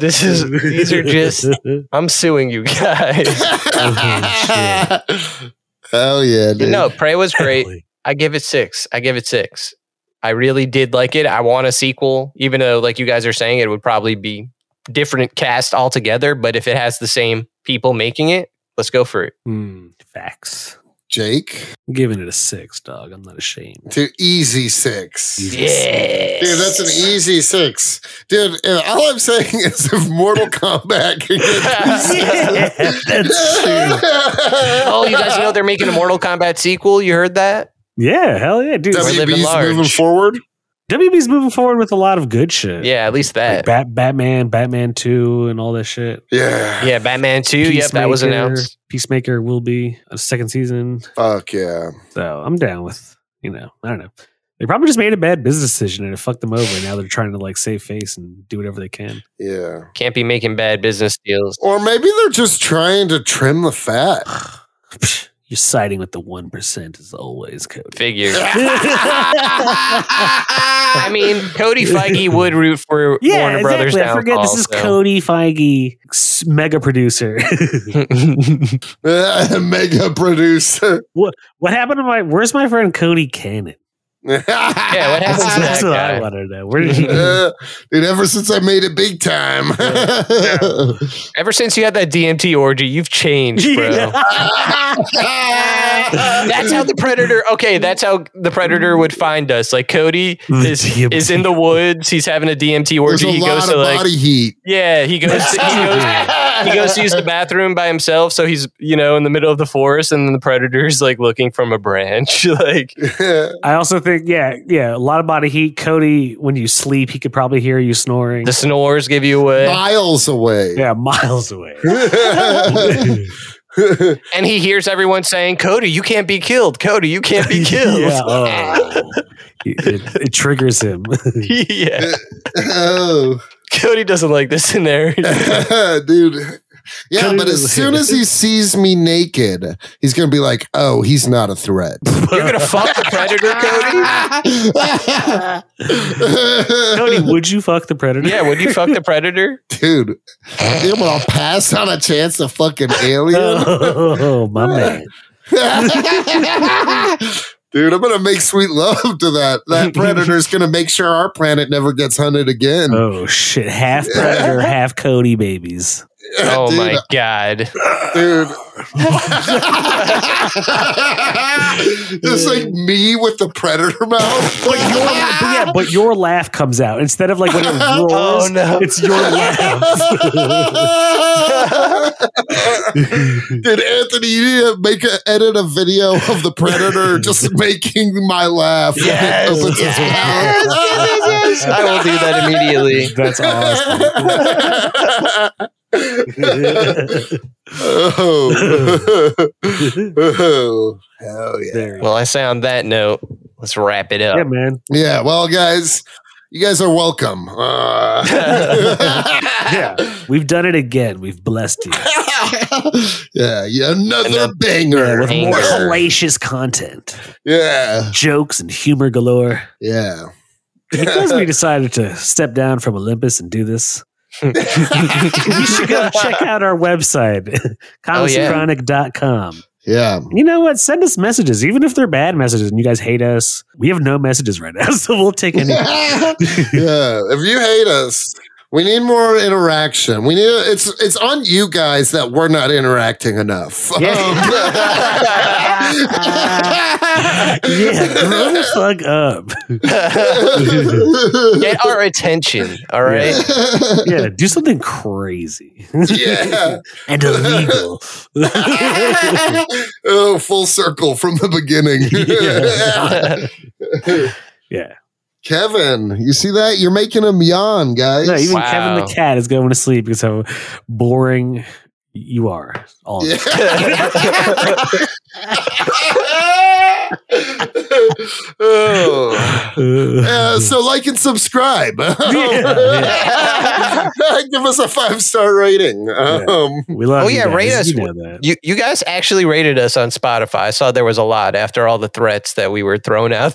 this is these are just. I'm suing you guys. Oh,
Hell Oh, yeah, dude.
No, Prey was great. I give it six. I give it six. I really did like it. I want a sequel, even though, like you guys are saying, it would probably be different cast altogether. But if it has the same people making it, let's go for it.
Hmm, facts.
Jake,
I'm giving it a six, dog. I'm not ashamed.
to easy six.
Yeah,
Dude, that's an easy six. Dude, uh, all I'm saying is if Mortal Kombat can
Yeah,
get
that's true.
Oh, you guys know they're making a Mortal Kombat sequel. You heard that?
Yeah, hell yeah, dude.
We're living
WB's
large.
moving forward.
WB's moving forward with a lot of good shit.
Yeah, at least
Like
that.
Bat- Batman, Batman Two, and all that shit.
Yeah.
Yeah, Batman Two. Yep, that was
Peacemaker-
announced.
Peacemaker will be a second season.
Fuck yeah.
So I'm down with, you know, I don't know. They probably just made a bad business decision and it fucked them over. and Now they're trying to like save face and do whatever they can.
Yeah.
Can't be making bad business deals.
Or maybe they're just trying to trim the fat.
Psh, You're siding with the one percent as always, Cody.
Figure. I mean, Cody Feige would root for Warner Brothers.
I forget this is
downfall,
Cody Feige, s- mega producer.
so.
Mega producer.
what happened to my? Where's my friend Cody Cannon?
yeah, what
happened
That's,
to
that's
that
what
guy?
I want to know. Where did he?
Uh, dude, ever since I made it big time.
Ever since you had that DMT orgy, you've changed, bro. That's how the predator. Okay, that's how the predator would find us. Like Cody
The
is
DMT.
is in the woods. He's having a DMT
There's
orgy.
a
He
lot
goes
of
to like
body heat.
yeah. He goes to, he goes he goes to use the bathroom by himself. So he's you know in the middle of the forest, and then the predator's like looking from a branch. like
I also think, yeah, yeah, a lot of body heat. Cody, when you sleep, he could probably hear you snoring.
the snores give you away,
Miles away.
yeah, miles away.
and he hears everyone saying, "Cody, you can't be killed. Cody, you can't be killed."
yeah, oh. it, it- it triggers him.
yeah.
oh.
Cody doesn't like this scenario.
dude. Yeah,
Cut it
but
in.
as soon as he sees me naked, he's gonna be like, "Oh, he's not a threat."
You're gonna fuck the predator, Cody?
Cody, would you fuck the predator?
Yeah, would you fuck the predator?
dude, I'm gonna pass on a chance to fucking
Uh-huh.
alien,
Oh, my man.
dude. I'm gonna make sweet love to that. That predator's gonna make sure our planet never gets hunted again.
Uh,
Oh shit! Half predator, half Cody babies.
Oh
dude,
my god.
dude. Just like me with the predator mouth.
But your, but yeah, but your laugh comes out instead of like when it roars.
Oh, no.
It's your laugh.
Did Anthony you need to make a edit a video of the predator just making my laugh? when it
Yes,
opens its
yes,
mouth?
I will do that immediately.
That's awesome.
oh. oh, hell yeah.
There you go.
Well, I say on that note, let's wrap it
Yeah,
up.
man.
Yeah, well, guys, you guys are welcome. Uh,
Yeah, we've done it again. We've blessed you
yeah, yeah, another
Another-
banger.
with more
Banger.
hellacious content,
Yeah,
jokes, and humor galore.
yeah.
Because we decided to step down from Olympus and do this, you should go check out our website,
Oh, yeah.
comicsandchronic.com.
yeah.
You know what? Send us messages, even if they're bad messages and you guys hate us. We have no messages right now, so we'll take any.
yeah. If you hate us, we need more interaction. We need it's it's on you guys that we're not interacting enough.
Yeah. yeah, grow the fuck up.
Get our attention, all right?
Yeah, do something crazy
yeah.
and illegal.
oh, full circle from the beginning.
Yeah. yeah.
Kevin, you see that? You're making him yawn, guys.
No, even
Wow.
Kevin the cat is going to sleep because how boring you are. All of you.
oh. Uh, so like and subscribe.
Yeah.
Give us a five star rating. Um,
we love
Oh,
you
yeah,
guys.
rate us.
You know that.
You, you guys actually rated us on Spotify. I saw there was a lot after all the threats that we were thrown out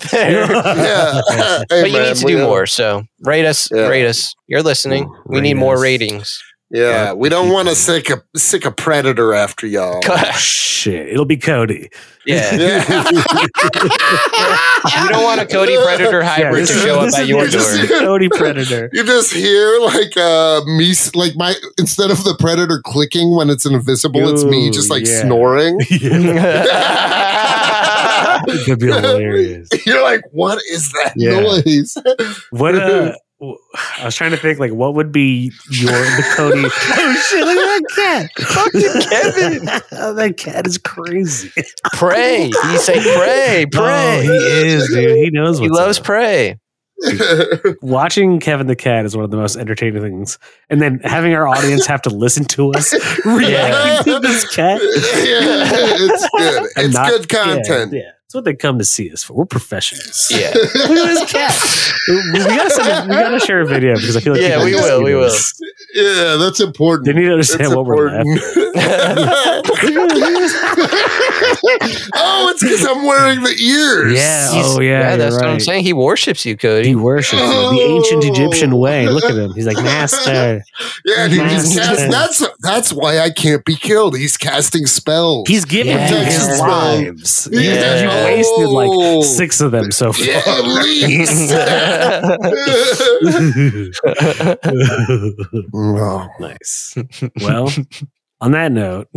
there.
yeah. Hey,
but you
man,
need to
we
do
don't-
more. So rate us,
Yeah.
rate us. You're listening. we
Rate
need more
us.
ratings.
Yeah,
Yeah.
we don't want to sick a sick a predator after y'all.
Shit, it'll be Cody.
yeah.
Yeah.
You don't want a Cody Predator hybrid
this
to
is-
show up
this
at
is-
your
this is-
door.
Cody Predator.
You just hear like uh me s- like my instead of the predator clicking when it's invisible, it's me
Ooh,
just like
yeah.
snoring.
yeah, that'd be hilarious.
You're like, what is that
Yeah.
noise?
What uh, w- I was trying to think, like, what would be your the Cody? oh shit! Look at that cat!
Fucking
Kevin! Oh, that cat is crazy.
pray. He say pray,
Oh, he
pray.
is, dude. He knows.
he
What's
loves
up.
pray.
watching Kevin the cat is one of the most entertaining things, and then having our audience have to listen to us reacting to this
yeah,
cat.
it's good.
And
It's
not-
good
Yeah,
content.
yeah, that's what they come to see us for. We're professionals.
Yeah.
Look at this cat. We gotta, send a- we gotta share a video because I feel like
Yeah,
people
we
need to
will,
see
we will.
this.
Yeah, that's important.
They need to understand
That's
what we're laughing.
oh, it's because I'm wearing the ears.
Yeah. Oh yeah.
Yeah,
you're
that's what I'm
right.
saying. He worships you, Cody.
He worships him, the ancient
Oh.
Egyptian way. Look at him. He's like master.
Yeah, dude, he's
Master.
cast, that's that's why I can't be killed. He's casting spells.
He's giving you
Yeah.
his
Texas Oh.
lives.
He's
Yeah.
You wasted like six of them so far.
Yeah, at least. No.
nice. Well, on that note,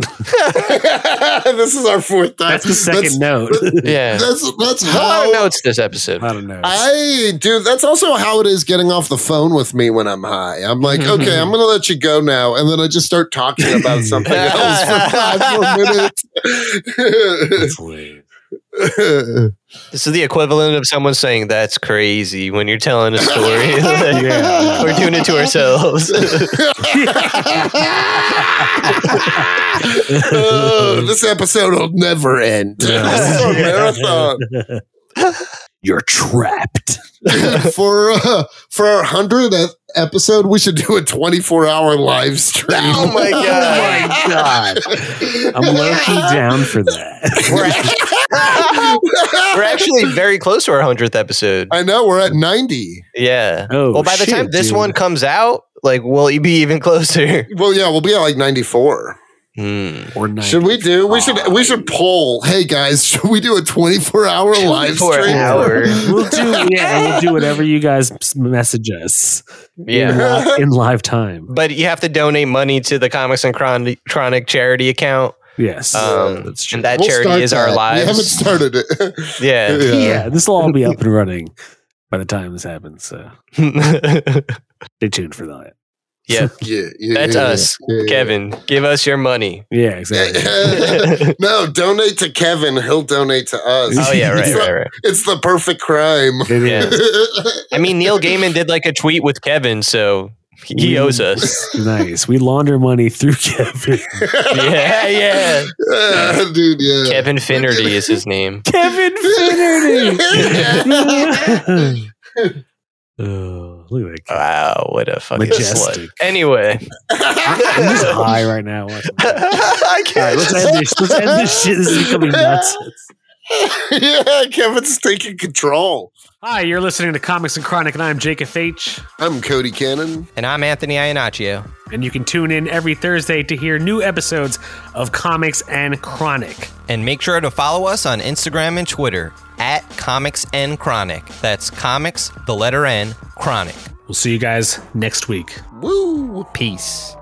this is our fourth time.
that's the second note.
yeah.
That's that's, that's
A lot
how
of notes this episode.
I don't know.
I do. That's also how it is getting off the phone with me when I'm high. I'm like,
Mm-hmm.
okay, I'm going to let you go now. And then I just start talking about something else for five more minutes.
That's lame.
This is the equivalent of someone saying, That's crazy when you're telling a story. Like,
Yeah.
We're doing it to ourselves.
oh, this episode will never end. This is a marathon.
You're trapped.
for uh, for our hundredth episode, we should do a twenty four hour live stream.
Oh my God.
Oh my god. I'm low key down for
We're,
that.
act- we're actually very close to our 100th episode.
I know we're at ninety.
Yeah.
Oh,
well, by the
shit,
time this
dude.
one comes out, like, we'll e-, be even closer.
Well, yeah, we'll be at like ninety four.
Hmm.
Or nine.
Should we do? We should we should poll. Hey guys, should we do a twenty four hour live
24
stream?
hour.
We'll do yeah. We'll do whatever you guys message us. in,
Yeah.
li- in live time.
But you have to donate money to the Comics and Chron- Chronic charity account.
Yes,
Um,
that's true.
and that
We'll start
charity is our
that. We haven't
lives.
started it.
Yeah.
yeah, this will all be up and running by the time this happens. So
yeah.
stay tuned for that.
yeah, yeah,
That's
yeah,
us,
yeah, yeah.
Kevin. Give us your money.
Yeah, exactly.
no, donate to Kevin. He'll donate to us.
Oh yeah,
It's
right,
the-
right, right.
It's the perfect crime.
It
Yeah.
is.
I mean, Neil Gaiman did like a tweet with Kevin, so he
We-
owes us.
nice. We launder money through Kevin.
Yeah, yeah.
Yeah, dude, yeah.
Kevin Finnerty is his name.
Kevin Finnerty. oh, look at that. Kid.
Wow, what a fucking
Majestic.
slut. Anyway,
I'm just high right now. All
I
right,
can't.
let's end this. Let's end this shit. This is becoming nuts.
yeah, Kevin's taking control.
Hi, you're listening to Comics and Chronic, and I'm Jacob H.
I'm Cody Cannon.
And I'm Anthony Iannaccio.
And you can tune in every Thursday to hear new episodes of Comics and Chronic.
And make sure to follow us on Instagram and Twitter at Comics and Chronic. That's Comics, the letter N, Chronic.
We'll see you guys next week.
Woo!
Peace.